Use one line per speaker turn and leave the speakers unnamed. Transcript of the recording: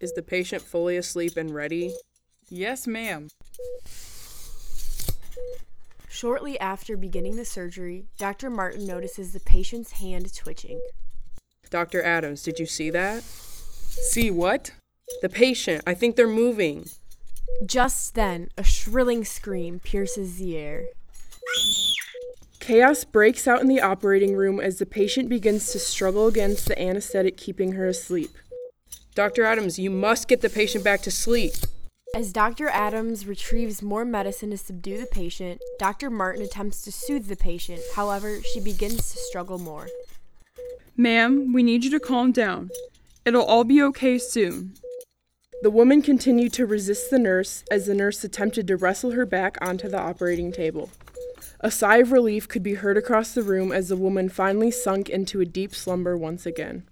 Is the patient fully asleep and ready?
Yes, ma'am.
Shortly after beginning the surgery, Dr. Martin notices the patient's hand twitching.
Dr. Adams, did you see that?
See what?
The patient, I think they're moving.
Just then, a shrilling scream pierces the air.
Chaos breaks out in the operating room as the patient begins to struggle against the anesthetic keeping her asleep.
Dr. Adams, you must get the patient back to sleep.
As Dr. Adams retrieves more medicine to subdue the patient, Dr. Martin attempts to soothe the patient. However, she begins to struggle more.
Ma'am, we need you to calm down. It'll all be okay soon.
The woman continued to resist the nurse as the nurse attempted to wrestle her back onto the operating table. A sigh of relief could be heard across the room as the woman finally sunk into a deep slumber once again.